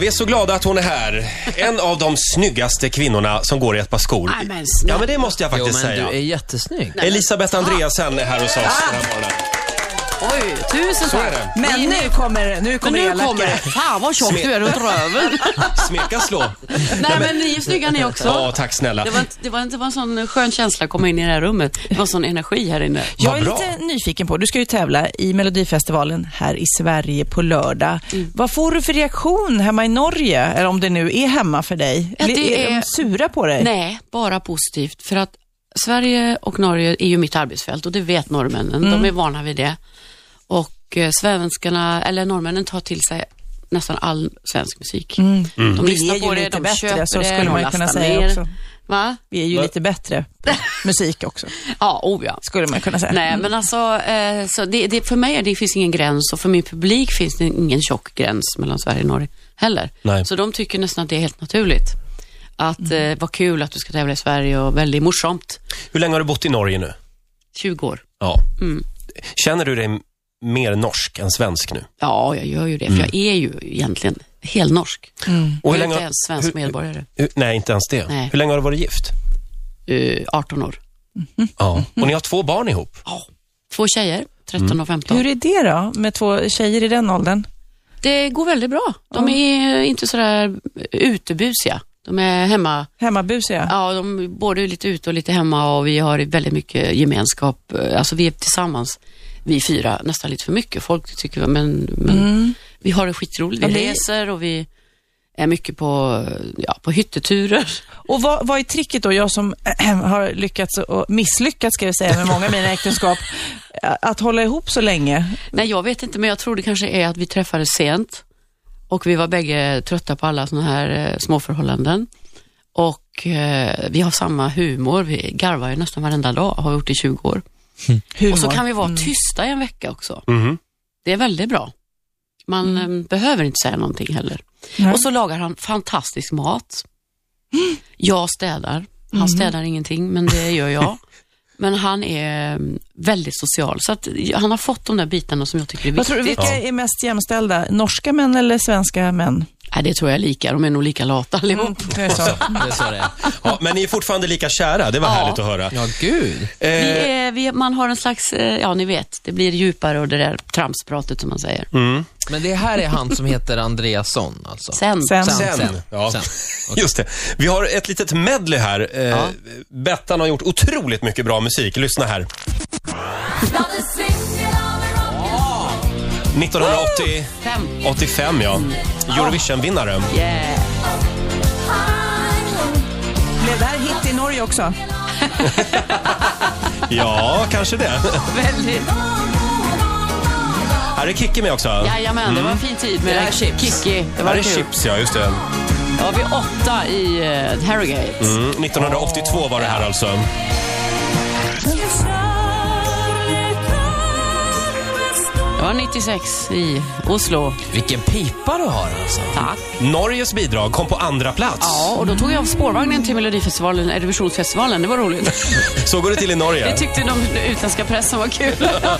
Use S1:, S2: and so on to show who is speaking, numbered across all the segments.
S1: Vi är så glada att hon är här. En av de snyggaste kvinnorna som går i ett par skor.
S2: Nej, men snälla.
S1: ja, men det måste jag
S3: Jo,
S1: faktiskt
S3: men
S1: säga.
S3: du är jättesnygg.
S1: Elisabeth Andreasen är här hos oss den här morgonen.
S2: Oj, tusen
S1: Så är
S2: tack.
S1: det.
S4: Men nu kommer det, nu
S2: Men
S4: kommer
S2: nu
S4: det
S2: kommer det. Fan vad tjock du är runt röven.
S1: Smeka slå.
S2: Nej men ni är snygga ni också.
S1: Ja, tack snälla.
S2: Det var, inte- det, var, inte- det var en sån skön känsla att komma in i det här rummet. Det var en sån energi här inne.
S4: Jag
S1: Vad
S4: är
S1: bra.
S4: lite nyfiken på, du ska ju tävla i Melodifestivalen här i Sverige på lördag. Vad får du för reaktion hemma i Norge, eller om det nu är hemma för dig?
S2: Ja,
S4: Eller
S2: det
S4: är, de
S2: är-
S4: sura på dig?
S2: Nej, bara positivt. För att Sverige och Norge är ju mitt arbetsfält och det vet norrmännen. De är vana vid det. Och eh, svenskarna, eller norrmännen tar till sig nästan all svensk musik. De
S4: Vi
S2: lyssnar
S4: Mm. är
S2: på
S4: ju
S2: det,
S4: lite
S2: de
S4: bättre,
S2: köper
S4: så
S2: det,
S4: skulle
S2: de
S4: man ju kunna
S2: lastar
S4: säga
S2: ner.
S4: också.
S2: Va?
S4: Vi är ju lite bättre på musik också,
S2: Ja, oh ja.
S4: skulle man kunna säga.
S2: Nej, men alltså, eh, så det, det, för mig är det finns ingen gräns och för min publik finns det ingen tjock gräns mellan Sverige och Norge heller.
S1: Nej.
S2: Så de tycker nästan att det är helt naturligt. Att eh, vad kul att du ska tävla i Sverige och väldigt morsomt.
S1: Hur länge har du bott i Norge nu?
S2: 20 år.
S1: Ja.
S2: Mm.
S1: Känner du dig m- mer norsk än svensk
S2: Mm.
S1: nu?
S2: Ja, jag gör ju det, för jag är ju egentligen helnorsk.
S1: Mm. Och
S2: Jag är inte
S1: har-
S2: ens svensk
S1: hur-
S2: medborgare.
S1: hur- Nej, inte ens det.
S2: Nej.
S1: Hur länge har du varit gift?
S2: Eh, 18 år.
S1: Ja. Och ni har två barn ihop?
S2: Ja. Två tjejer, 13
S1: Mm.
S2: och 15.
S4: Mm. Hur är det då, med två tjejer i den åldern?
S2: Det går väldigt bra. De är inte sådär utebusiga. De är hemma
S4: Hemmabusiga?
S2: Ja, de både är lite ute och lite hemma och vi har väldigt mycket gemenskap. Alltså vi är tillsammans, vi fyra, nästan lite för mycket. Folk tycker, men, men vi har det skitroligt. Vi
S4: Mm. Ja, det-
S2: reser och vi är mycket på, ja, på hytteturer.
S4: Och vad, vad är tricket då? Jag som har lyckats och misslyckats ska jag säga med många av mina äktenskap. Att hålla ihop så länge.
S2: Nej, jag vet inte, men jag tror det kanske är att vi träffades sent och vi var bägge trötta på alla sådana här eh, småförhållanden. Och eh, vi har samma humor, vi garvar ju nästan varenda dag, har vi gjort i 20 år.
S4: Humor.
S2: Och så kan vi
S4: Mm.
S2: vara tysta i en vecka också.
S1: Mhm.
S2: Det är väldigt bra. Man eh, behöver inte säga någonting heller.
S4: Nej.
S2: Och så lagar han fantastisk mat. Jag städar. Han städar ingenting, men det gör jag. men han är mm, väldigt social, så att eh, han har fått de där bitarna som jag tycker är
S4: Vad tror
S2: viktiga.
S4: du, vilka
S1: Ja.
S4: är mest jämställda? Norska män eller svenska män?
S2: Nej, det tror jag är lika. De är nog lika lata allihop.
S4: Det är så.
S3: Det är så det är.
S1: Ja, men ni är fortfarande lika kära, det var
S2: Ja.
S1: härligt att höra. Eh,
S3: Ja, gud.
S2: Vi är, vi, man har en slags, eh, ja ni vet, det blir djupare och det där tramspratet som man säger.
S3: Men det här är han som heter Andreasson alltså.
S2: Sen,
S4: Sen.
S1: Sen. Ja.
S3: Sen. Okej.
S1: Just det. Vi har ett litet medley här. Eh, Bettan har gjort otroligt mycket bra musik. Lyssna här. 1985,
S2: fem.
S1: ja. Eurovision-vinnare.
S2: Yeah.
S4: Blev det här hit i Norge också?
S1: Ja, kanske det.
S2: Väldigt.
S1: Här är Kikki med också.
S2: Jajamän, det var en fin tid med det här chips. Kiki. Det var
S1: Här är
S2: kul.
S1: Chips, ja. Just det.
S2: Då var vi åtta i uh, Harrogate.
S1: Mm, 1982 var det här alltså.
S2: Det var 96 i Oslo.
S3: Vilken pipa du har alltså.
S2: Tack.
S1: Norges bidrag kom på andra plats.
S2: Ja, och då tog jag av spårvagnen till Melodifestivalen, Eurovisionsfestivalen. Det var roligt.
S1: Så går det till i
S2: Det
S1: Norge.
S2: tyckte de utländska pressen var kul. Åh, ja,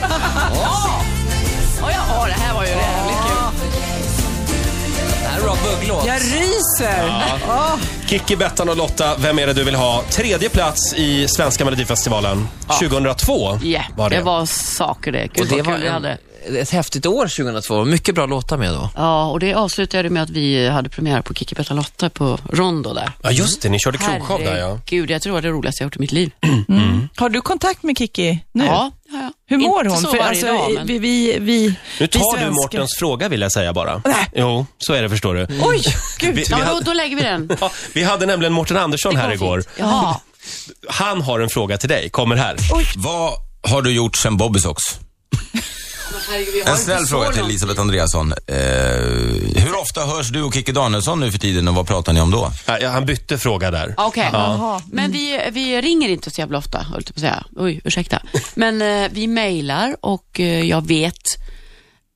S2: ja, det här var ju jävligt kul.
S3: Det här är bra bugglåt.
S4: Jag ryser!
S1: Kikki, Bettan och Lotta, vem är det du vill ha? Tredje plats i Svenska Melodifestivalen 2002
S2: Ja,
S1: var det.
S2: det var saker det. Gud,
S3: Och det
S2: vad
S3: var
S2: kul vi
S3: en,
S2: hade.
S3: ett häftigt år 2002. Mycket bra låtar med då.
S2: Ja, och det avslutade med att vi hade premiär på Kikki Betta Lotta på Rondo där.
S1: Ja, just det. Ni körde krogshow där, ja.
S2: Herregud, jag tror det var det roligaste jag gjort i mitt liv.
S4: Har du kontakt med Kiki nu?
S2: Ja, ja, ja.
S4: Hur mår
S2: Inte
S4: hon? alltså,
S2: Så varje dag, men...
S4: vi, vi, vi,
S1: Nu tar
S4: vi
S1: du
S4: svenskar-
S1: Mårtens fråga, vill jag säga bara.
S4: Nej.
S1: Jo, så är det, förstår du.
S4: Oj,
S1: Vi,
S4: gud.
S1: vi,
S2: Ja, då,
S1: hade,
S2: då lägger vi den.
S1: ja, vi hade nämligen Mårten Andersson här igår.
S2: Ja.
S1: Han har en fråga till dig. Kommer här.
S5: Vad har du gjort sen Bobbysocks? En snäll fråga till Elisabeth Andreasson. Eh, hur ofta hörs du och Kikki Danielsson nu för tiden och vad pratar ni om då?
S1: Ja, ja, han bytte fråga där.
S2: Okej.
S4: Jaha.
S2: Men vi, vi ringer inte så jävla ofta, höll jag på att säga. Oj, ursäkta. Men eh, vi mejlar och eh, jag vet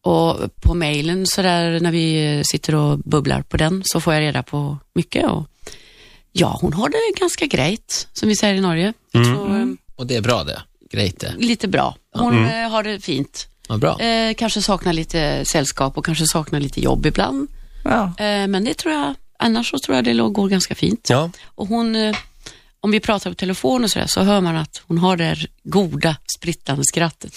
S2: och på mejlen sådär när vi eh, sitter och bubblar på den så får jag reda på mycket och ja, hon har det ganska grejt som vi säger i Norge. Jag tror, eh,
S3: Och det är bra det. Grejt det.
S2: lite bra. Hon eh, har det fint.
S3: Ja, bra.
S2: Eh, kanske saknar lite sällskap och kanske saknar lite jobb ibland.
S4: Ja.
S2: Eh, men det tror jag, annars så tror jag det låg- går ganska fint.
S1: Ja.
S2: Och hon, eh, om vi pratar på telefon och sådär, så hör man att hon har det där goda sprittande skrattet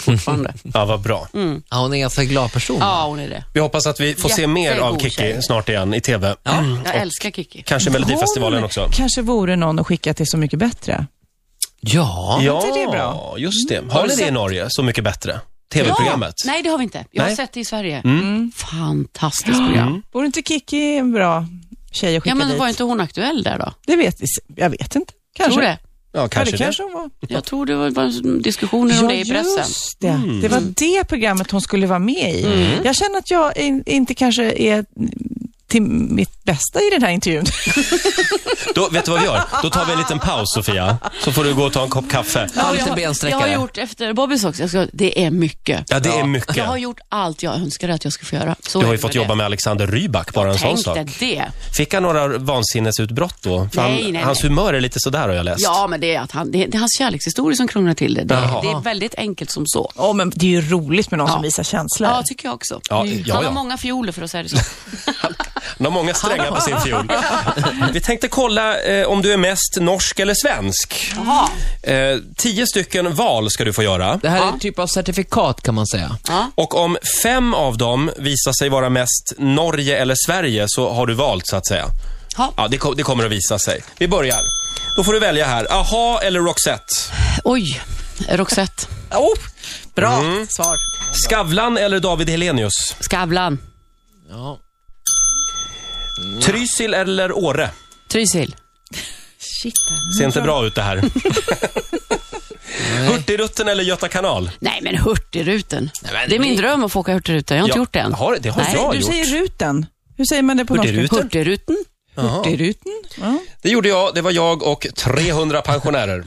S2: fortfarande.
S1: ja, vad bra.
S3: Ja, hon är en ganska glad person.
S2: ja, hon är det.
S1: Vi hoppas att vi får se mer
S2: Jättegod
S1: av Kikki
S2: tjej.
S1: snart igen i TV.
S2: Jag älskar Kiki.
S1: Kanske Melodifestivalen
S4: Hon
S1: också.
S4: kanske vore någon att skicka till Så mycket bättre.
S3: Ja.
S1: Ja,
S4: inte det är bra?
S1: just det. Har ni det i Norge, Så mycket bättre? TV-programmet?
S2: Ja, nej, det har vi inte. Jag har
S1: Nej. Mm.
S2: sett det i Sverige. Fantastiskt program.
S4: Vore inte Kiki en bra tjej att skicka
S2: Ja, men
S4: dit?
S2: var inte hon aktuell där då?
S4: Det vet jag vet inte. Kanske.
S2: Tror det.
S1: Ja,
S4: Ja,
S1: kanske
S4: det
S1: det.
S4: kanske hon var.
S2: Jag tror det var- var diskussioner om det i pressen.
S4: just det. Det var det programmet hon skulle vara med i. Jag känner att jag in, inte kanske är till mitt bästa i den här intervjun.
S1: Då, vet du vad vi gör? Då tar vi en liten paus, Sofia. Så får du gå och ta en kopp kaffe.
S3: Ja, lite
S2: jag, jag
S3: bensträckare.
S2: har gjort efter Bobbys också. Jag ska, det är mycket.
S1: Ja, det är mycket.
S2: Jag har gjort allt jag önskade att jag skulle få göra. Så
S1: Du
S2: är
S1: har ju
S2: det
S1: fått jobba med Alexander Rybak, bara en sån
S2: Tänk
S1: sak.
S2: dig det.
S1: Fick han några vansinnesutbrott då? För
S2: Nej,
S1: han,
S2: nej,
S1: hans
S2: nej.
S1: humör är lite sådär har jag läst.
S2: Ja, men det är, att han, det, är, det är hans kärlekshistoria som krånglar till det. Det,
S1: Jaha.
S2: det är väldigt enkelt som så.
S4: Ja, men det är ju roligt med någon som
S2: Ja.
S4: visar känslor.
S2: Ja, tycker jag också.
S1: Ja,
S2: Mm.
S1: ja,
S2: han
S1: ja.
S2: har många fioler för att säga det så.
S1: Han har många strängar på sin fiol. Vi tänkte kolla eh, om du är mest norsk eller svensk.
S2: Jaha.
S1: Eh, tio stycken val ska du få göra.
S3: Det här är en typ av certifikat kan man säga.
S1: Och om fem av dem visar sig vara mest Norge eller Sverige så har du valt så att säga.
S2: Ja.
S1: Ja, det, ko- det kommer att visa sig. Vi börjar. Då får du välja här. Aha eller Roxette?
S2: Oj, Roxette.
S4: Oh, bra svar.
S1: Skavlan eller David Helenius?
S2: Skavlan.
S3: Ja.
S1: Mm. Trysil eller Åre?
S2: Trysil.
S4: Shit. alltså.
S1: Ser inte bra ut det här. Hurtigruten eller Göta kanal?
S2: Nej, men Hurtigruten.
S3: men
S2: det är min dröm att få åka Hurtigruten. Jag har inte
S1: Ja,
S2: gjort det än.
S1: Har, det har
S2: Nej.
S1: jag
S4: Du
S1: gjort.
S4: säger ruten. Hur säger man det på norska?
S1: Hurtigruten?
S2: Hurtigruten?
S4: Hurtigruten. Ja.
S1: Det gjorde jag. Det var jag och 300 pensionärer.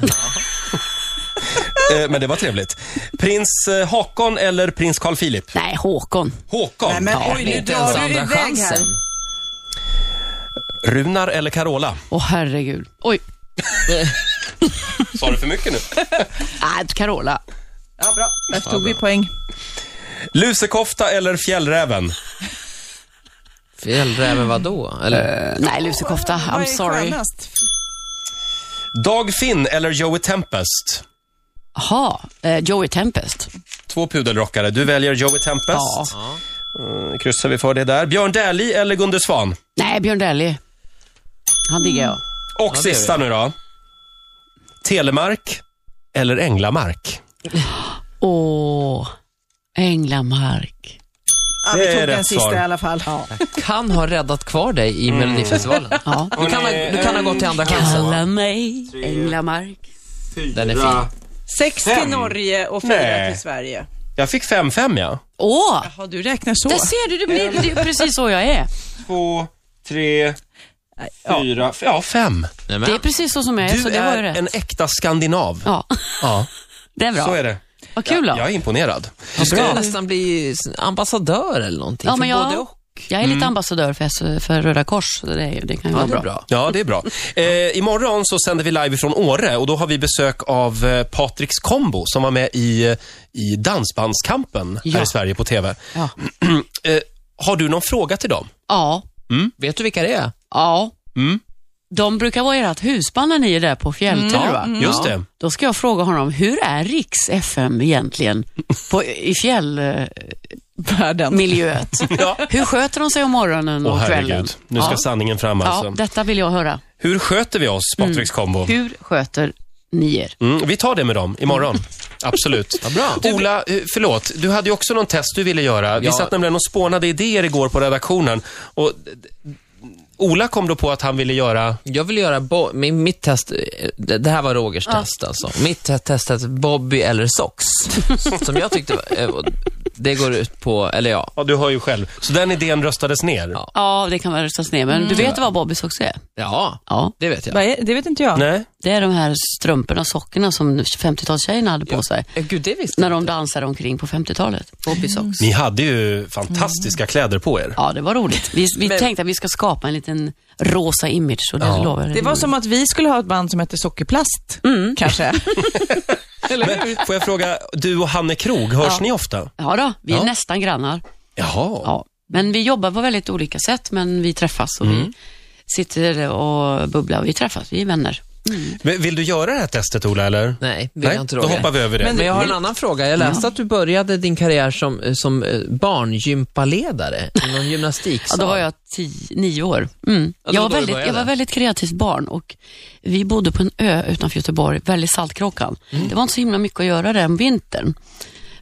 S1: Eh, Men det var trevligt. Prins eh, Hakon eller prins Carl Philip?
S2: Nej, Håkon.
S1: Håkon.
S4: Nej, men
S3: Ja,
S4: oj,
S3: det
S4: nu
S3: är inte ens
S4: drar du
S3: andra
S4: iväg här.
S3: chansen.
S1: Runar eller Carola?
S2: Åh, herregud. Oj,
S1: Sa du för mycket nu?
S2: äh, Carola.
S4: Ja, bra. Där tog vi poäng.
S1: Lusekofta eller fjällräven?
S3: Fjällräven vadå? Eller?
S2: Eh, Nej, lusekofta.
S4: Vad
S2: I'm
S4: är
S2: sorry.
S4: skönast?
S1: Dag Finn eller Joey Tempest?
S2: Jaha, eh, Joey Tempest.
S1: Två pudelrockare. Du väljer Joey
S2: Ja.
S1: Tempest. Eh, Kryssar vi för det där. Björn Dählie eller Gunde Svan?
S2: Nej, Björn Dählie. Han diggar jag.
S4: Mm.
S1: Och
S3: Ja, det är
S1: sista nu då. Telemark eller Änglamark?
S2: Åh, Änglamark.
S4: Ja,
S1: Det
S4: vi
S1: är
S4: tog den
S1: rätt
S4: sista
S1: svar.
S4: i alla fall. Ja.
S3: Kan ha räddat kvar dig i Melodifestivalen.
S2: Ja.
S3: Du kan, ha,
S4: eh,
S3: du kan ha gått till andra chansen.
S2: Kalla mig Änglamark.
S3: Den är fin.
S4: Sex till Norge och fyra
S1: Nej.
S4: till Sverige.
S1: Jag fick 5-5 ja.
S2: Åh,
S4: Har du räknar så?
S2: där ser du. Det, blir, det är precis så jag är.
S1: Två, tre, fyra, f- ja fem.
S3: Nämen.
S2: Det är precis så som jag är, så
S1: Du
S2: det var ju
S1: är
S2: rätt.
S1: en äkta skandinav.
S2: Ja,
S1: Ja,
S2: det är bra.
S1: så är det.
S2: Vad kul då.
S1: Jag är imponerad.
S3: Du ska nästan bli s- ambassadör eller någonting.
S2: Ja, men
S3: för
S2: jag-
S3: både och.
S2: Jag är lite ambassadör för, S- för Röda Kors, så det, är- det kan ju
S3: Ja,
S2: vara
S3: det
S2: bra.
S3: är bra.
S1: Mm. Ja, det är bra. Eh, imorgon så sänder vi live från Åre och då har vi besök av eh, Patriks Combo som var med i, eh, i Dansbandskampen här
S2: Ja.
S1: i Sverige på TV.
S2: Ja.
S1: eh, har du någon fråga till dem?
S2: Ja,
S3: Vet du vilka det är?
S2: ja.
S1: Mm.
S2: De brukar vara i ert husband när ni är där på Fjälltur, va?
S1: mm. Just det.
S2: Då ska jag fråga honom, hur är Riks FM egentligen på, i fjällmiljöet?
S4: Världen.
S1: Ja.
S2: Hur sköter de sig om morgonen och
S1: Åh
S2: kvällen?
S1: herregud, nu ska
S2: ja.
S1: sanningen fram alltså.
S2: Ja, Mm. detta vill jag höra.
S1: Hur sköter vi oss, Patriks Combo?
S2: Hur sköter ni er?
S1: Mm, vi tar det med dem imorgon.
S2: Mm.
S1: Absolut. bra. Ola, eh, förlåt. Du hade ju också någon test du ville göra. Vi
S3: Ja.
S1: satt nämligen och spånade idéer igår på redaktionen. Och d- d- Ola kom då på att han ville göra...
S3: Jag vill göra bo- min, mitt test, eh, det det här var Rogers test alltså. Mitt te- test hette Bobby eller Socks. som jag tyckte var, eh, det går ut på, eller ja.
S1: Ja, du hör ju själv. Så den idén röstades ner.
S3: Ja.
S2: Ja, det kan väl röstas ner, men du vet vad Bobbys också är?
S3: Ja,
S2: Mm. Ja.
S3: det vet jag.
S4: Vad är- Det vet inte jag.
S1: Nej?
S2: Det är de här strumporna och sockorna som 50-talstjejerna hade på sig.
S3: Eh, Gud, det visste
S2: När
S3: jag.
S2: de dansade omkring på 50-talet. Bobbysocks.
S1: Ni hade ju fantastiska kläder på er.
S2: Ja, det var roligt. Vi, vi
S3: Men-
S2: tänkte att vi ska skapa en liten rosa image och det lovar jag.
S4: Det var som att vi skulle ha ett band som hette Sockerplast, kanske.
S1: Men får jag fråga, du och Hanne Krog, hörs ni ofta?
S2: Ja då, vi är
S1: Ja.
S2: nästan grannar.
S1: Jaha.
S2: Ja. Men vi jobbar på väldigt olika sätt, men vi träffas och vi sitter och bubblar och vi träffas, vi är vänner.
S1: Men Vill du göra det här testet, Ola, eller?
S3: Nej, vill jag inte
S1: då
S3: Roger.
S1: hoppar vi över det. Mm.
S3: Men, jag har en annan fråga. Jag läste att du började din karriär som, eh, som eh, barngympaledare inom
S2: Ja,
S3: gymnastiksal.
S2: då var jag tio, nio år. Mm.
S3: Ja, det
S2: jag, var
S3: var då du
S2: väldigt, jag
S3: började.
S2: var väldigt kreativt barn och vi bodde på en ö utanför Göteborg, väldigt Saltkråkan.
S4: Mm.
S2: Det var inte så himla mycket att göra den vintern.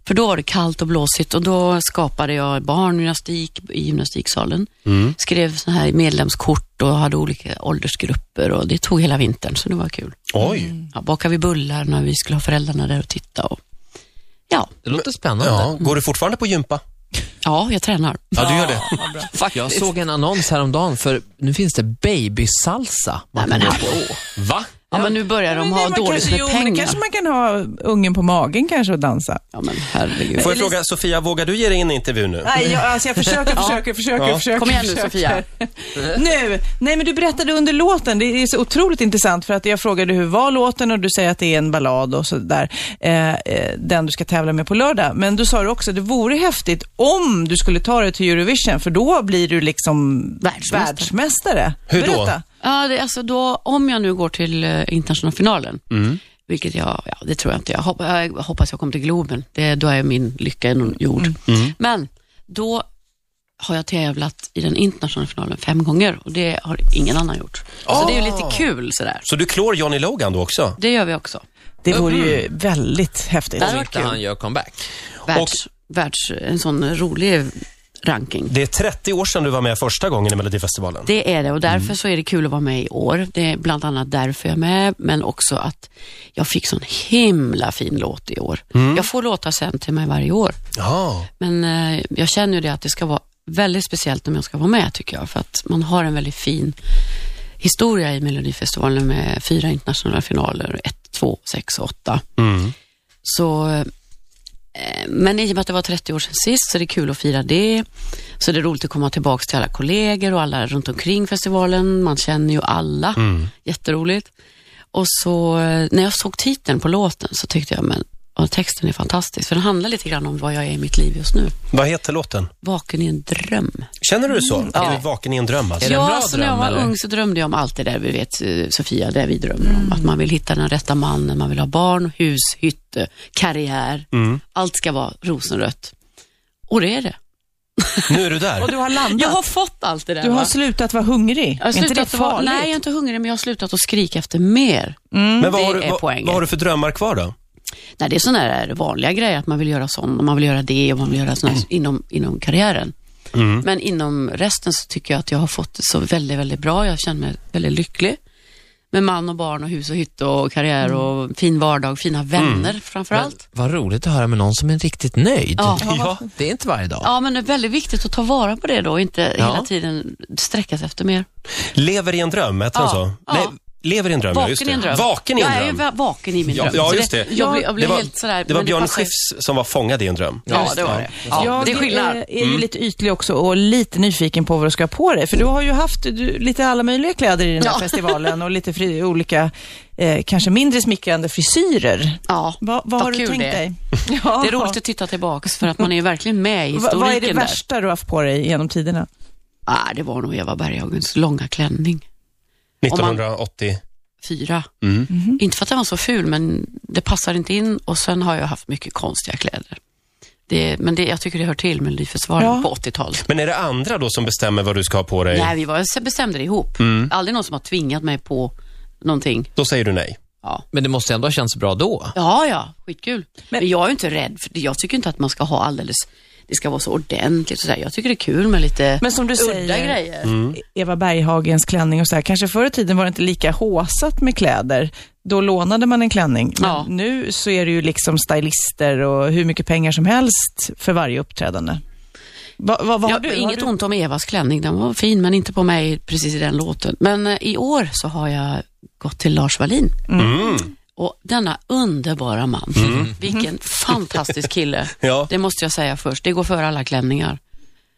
S2: För då var det kallt och blåsigt och då skapade jag barngymnastik i gymnastiksalen.
S4: Mm.
S2: Skrev såna här medlemskort och hade olika åldersgrupper och det tog hela vintern så det var kul.
S1: Oj.
S2: Ja, bakade vi bullar när vi skulle ha föräldrarna där och titta. Och... Ja,
S3: Det låter spännande.
S1: Ja, går du fortfarande på gympa?
S2: ja, jag tränar.
S1: Ja, du gör det.
S3: Jag såg en annons häromdagen för nu finns det babysalsa. Man
S2: Nej, men
S3: kan-
S2: hallå.
S1: Va?
S2: Ja, men nu börjar de
S4: Men
S2: ha
S4: det man
S2: dåligt
S4: kanske,
S2: med
S4: jo,
S2: pengar.
S4: Men det kanske man kan ha ungen på magen kanske och dansa.
S2: Ja, men herregud.
S1: Får jag fråga, Sofia, vågar du ge dig in i en intervju nu?
S4: Nej, jag, alltså jag försöker, försöker, försöker,
S1: Ja.
S4: försöker.
S2: Kom igen nu
S4: försöker.
S2: Sofia.
S4: Nu! Nej, men du berättade under låten, det är så otroligt intressant för att jag frågade hur var låten och du säger att det är en ballad och sådär, eh, eh, den du ska tävla med på lördag. Men du sa du också, det vore häftigt om du skulle ta dig till Eurovision för då blir du liksom
S2: Världsmästare.
S4: världsmästare.
S1: Hur då?
S4: Berätta.
S2: Ja, det, är alltså då, om jag nu går till eh, internationella finalen, vilket jag, ja, det tror jag inte, jag, hopp, jag hoppas jag kommer till Globen, det, då är min lycka ändå gjord. Men då har jag tävlat i den internationella finalen fem gånger och det har ingen annan gjort. Så det är ju lite kul sådär.
S1: Så du klår Johnny Logan då också?
S2: Det gör vi också.
S4: Det vore ju väldigt häftigt.
S2: Där har Mm-hmm.
S3: Om
S2: varit
S3: inte
S2: kul.
S3: han gör comeback.
S2: Världs, världs, en sån rolig ranking.
S1: Det är 30 år sedan du var med första gången i Melodifestivalen.
S2: Det är det och därför så är det kul att vara med i år. Det är bland annat därför jag är med, men också att jag fick sån himla fin låt i år. Jag får låtar sen till mig varje år,
S1: Ja.
S2: men eh, jag känner ju det att det ska vara väldigt speciellt om jag ska vara med tycker jag, för att man har en väldigt fin historia i Melodifestivalen med fyra internationella finaler, ett, två, sex och åtta.
S1: Mm.
S2: Så, eh, men i och med att det var 30 år sedan sist så är det kul att fira det. Så det är roligt att komma tillbaka till alla kollegor och alla runt omkring festivalen. Man känner ju alla.
S3: Mm.
S2: Jätteroligt. Och så eh, när jag såg titeln på låten så tyckte jag, men och texten är fantastisk. För den handlar lite grann om vad jag är i mitt liv just nu.
S1: Vad heter låten?
S2: Vaken i en dröm.
S1: Känner du så? Är du vaken i en dröm alltså?
S3: det en bra
S2: Ja, så när jag
S3: dröm,
S2: var
S3: eller?
S2: ung så drömde jag om allt det där vi vet, eh, Sofia, det vi drömmer
S3: Mm.
S2: om. Att man vill hitta den rätta mannen, man vill ha barn, hus, hytte, karriär.
S3: Mm.
S2: Allt ska vara rosenrött. Och det är det.
S1: Nu är du där.
S4: Och du har landat.
S2: Jag har fått allt det där.
S4: Du
S2: va?
S4: har slutat vara hungrig.
S2: jag har
S4: är inte det
S2: slutat att vara-
S4: farligt?
S2: Nej, jag är inte hungrig, men jag har slutat att skrika efter mer.
S1: Men vad har,
S2: det
S1: du,
S2: är
S1: vad,
S2: poängen.
S1: vad har du för drömmar kvar då?
S2: Nej, det är sådana här vanliga grejer, att man vill göra sånt och man vill göra det och man vill göra sånt här inom, inom karriären.
S4: Mm.
S2: Men inom resten så tycker jag att jag har fått det så väldigt, väldigt bra. Jag känner mig väldigt lycklig med man och barn och hus och hytte och karriär
S4: Mm.
S2: och fin vardag, fina vänner framför allt.
S3: Vad roligt att höra med någon som är riktigt nöjd.
S2: Ja.
S1: Ja.
S3: Det är inte varje dag.
S2: Ja, men det är väldigt viktigt att ta vara på det då och inte
S3: Ja.
S2: hela tiden sträcka sig efter mer.
S1: Lever i en dröm, hette den
S2: Ja,
S1: så?
S2: ja.
S1: Nej, lever i en dröm, ja, just
S2: Vaken
S1: det.
S2: i en dröm.
S1: Vaken i en
S2: Jag är ju
S1: dröm.
S2: va- vaken i min
S1: Ja,
S2: dröm.
S1: ja,
S2: Så
S1: just det.
S2: Jag blir, jag blir
S1: det var,
S2: helt sådär.
S1: det var
S2: men
S1: Björn
S2: passar-
S1: Skifs som var fångad i en dröm.
S2: Ja, det var det. Ja,
S4: jag
S2: det Mm. är skillnad.
S4: eh, är ju lite ytlig också och lite nyfiken på vad du ska ha på dig. För du har ju haft du, lite alla möjliga kläder i den här
S2: Ja.
S4: festivalen och lite fri, olika, eh, kanske mindre smickrande frisyrer.
S2: Ja,
S4: Va, vad har du
S2: kul
S4: tänkt
S2: det är.
S4: dig? Ja.
S2: Det är roligt att titta tillbaks för att man är ju verkligen med i
S4: Va,
S2: historiken
S4: vad är det
S2: där.
S4: värsta du har haft på dig genom tiderna?
S2: Ah, det var nog Eva Berghagens långa klänning. Om man-
S1: 1980.
S2: Fyra.
S1: Mm.
S4: Mhm.
S2: Inte för att den var så ful, men det passar inte in och sen har jag haft mycket konstiga kläder. Det, men det, jag tycker det hör till Melodifestivalen
S4: Ja.
S2: på 80-talet.
S1: Men är det andra då som bestämmer vad du ska ha på dig?
S2: Nej, vi var, bestämde det ihop.
S1: Mm.
S2: Aldrig någon som har tvingat mig på någonting.
S1: Då säger du nej.
S2: Ja,
S3: Men det måste ändå ha känts bra då.
S2: ja, ja skitkul. Men, jag är ju inte rädd, för jag tycker inte att man ska ha alldeles, det ska vara så ordentligt och sådär. Jag tycker det är kul med lite
S4: Men som du
S2: udda
S4: säger, Mm.
S2: grejer.
S4: Eva Berghagens klänning och så här. Kanske förr i tiden var det inte lika håsat med kläder. Då lånade man en klänning. Men
S2: Ja.
S4: nu så är det ju liksom stylister och hur mycket pengar som helst för varje uppträdande. Va, va, vad har
S2: Ja,
S4: du? har
S2: Inget
S4: du...
S2: ont om Evas klänning, den var fin men inte på mig precis i den låten. Men eh, i år så har jag gått till Lars Wallin.
S4: Mm.
S2: Och denna underbara man, vilken fantastisk kille.
S1: Ja.
S2: Det måste jag säga först, det går före alla klänningar.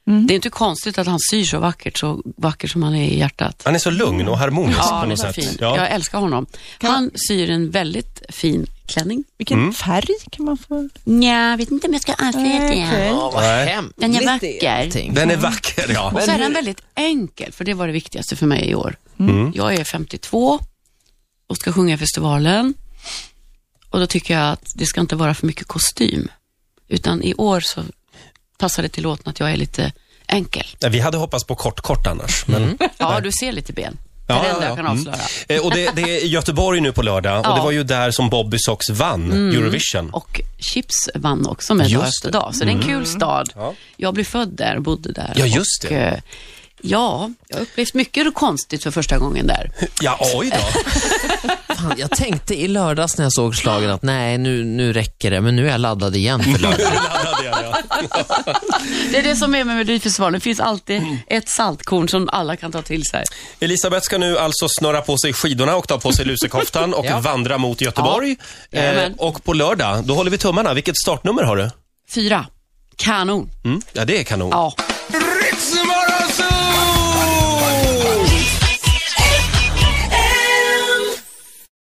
S4: Mm.
S2: Det är inte konstigt att han syr så vackert, så vackert som han är i hjärtat.
S1: Han är så lugn och harmonisk
S2: Ja,
S1: på
S2: han är
S1: något
S2: så
S1: sätt.
S2: fin.
S1: Ja.
S2: Jag älskar honom. Han syr en väldigt fin klänning.
S4: Vilken färg kan man få?
S2: Nja, jag vet inte om jag ska avslöja det.
S4: Okej.
S3: Åh, vad
S1: Nej.
S3: hemskt.
S2: Den är
S4: Lite
S2: vacker.
S3: Allting.
S1: Den är vacker, ja.
S2: Och så är den väldigt enkel, för det var det viktigaste för mig i år.
S1: Mm.
S2: Jag är 52 och ska sjunga i festivalen. Och då tycker jag att det ska inte vara för mycket kostym. Utan i år så passar det till låten att jag är lite enkel.
S1: Nej, Vi hade hoppats på kort-kort annars. Men,
S2: Ja, du ser lite ben. Mm. Det är det enda jag kan avslöja.
S1: Mm. Eh, Och det, det är Göteborg nu på lördag och
S2: Ja. Mm.
S1: det var ju där som Bobby Sox vann Eurovision.
S2: Och Chips vann också med dag
S1: Just Mm.
S2: efter dag. Så det är en kul stad. Jag blev född där och bodde där.
S1: Ja, just
S2: och,
S1: det.
S2: eh, Ja, jag har upplevt mycket konstigt för första gången där.
S1: Ja, oj då.
S3: Fan, jag tänkte i lördags när jag såg slagen att nej, nu, nu räcker det, men nu är jag laddad igen för lördag.
S1: Laddade jag, ja.
S2: Det är det som är med Melodifestivalen. Det finns alltid ett saltkorn som alla kan ta till sig.
S1: Elisabeth ska nu alltså snöra på sig skidorna och ta på sig lusekoftan och
S3: Ja.
S1: vandra mot Göteborg. Eh,
S2: Ja. Jajamän.
S1: och på lördag, då håller vi tummarna. Vilket startnummer har du?
S2: Fyra. Kanon.
S1: Mm. Ja, det är kanon.
S2: Ja.